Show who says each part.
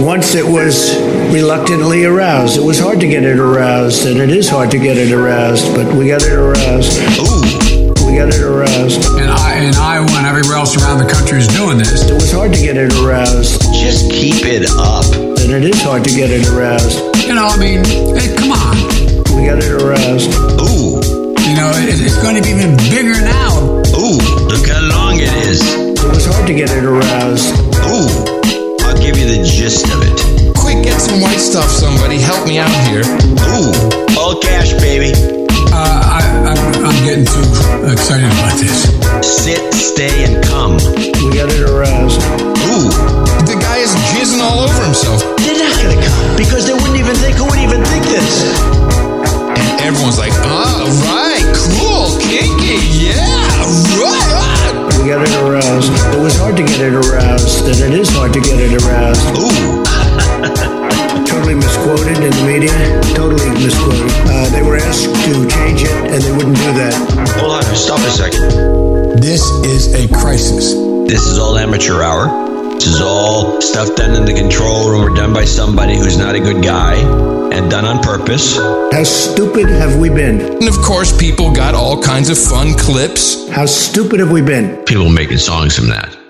Speaker 1: once it was reluctantly aroused. It was hard to get it aroused, and it is hard to get it aroused, but we got it aroused.
Speaker 2: Ooh.
Speaker 1: We got it aroused.
Speaker 3: And I and I when everywhere else around the country is doing this.
Speaker 1: It was hard to get it aroused,
Speaker 2: Just keep it up.
Speaker 1: and it is hard to get it aroused.
Speaker 3: You know, I mean, hey, come on.
Speaker 1: We got it aroused.
Speaker 2: Ooh.
Speaker 3: You know, it, it's going to be even bigger now.
Speaker 2: Ooh. Look how long it is.
Speaker 1: It was hard to get it aroused.
Speaker 2: Ooh. I'll give you the gist of it.
Speaker 4: Quick, get some white stuff, somebody. Help me out here.
Speaker 2: Ooh. All cash, baby.
Speaker 3: Uh, I, I'm, I'm getting too excited about this.
Speaker 2: Sit, stay, and come.
Speaker 1: We got it aroused.
Speaker 2: Ooh.
Speaker 4: The guy is jizzing all over himself.
Speaker 2: They're not gonna come because they wouldn't even think who would even think this.
Speaker 4: And everyone's like, ah, right, cool, kinky, yeah, right.
Speaker 1: We got it aroused. It was hard to get it aroused, and it is hard to get it aroused.
Speaker 2: Ooh.
Speaker 1: Totally misquoted in the media. Totally misquoted. Uh, they were asked to change it, and they wouldn't do that.
Speaker 2: Hold on. Stop a second.
Speaker 3: This is a crisis.
Speaker 2: This is all amateur hour. This is all stuff done in the control room or done by somebody who's not a good guy and done on purpose.
Speaker 1: How stupid have we been?
Speaker 4: And of course, people got all kinds of fun clips.
Speaker 1: How stupid have we been?
Speaker 2: People making songs from that.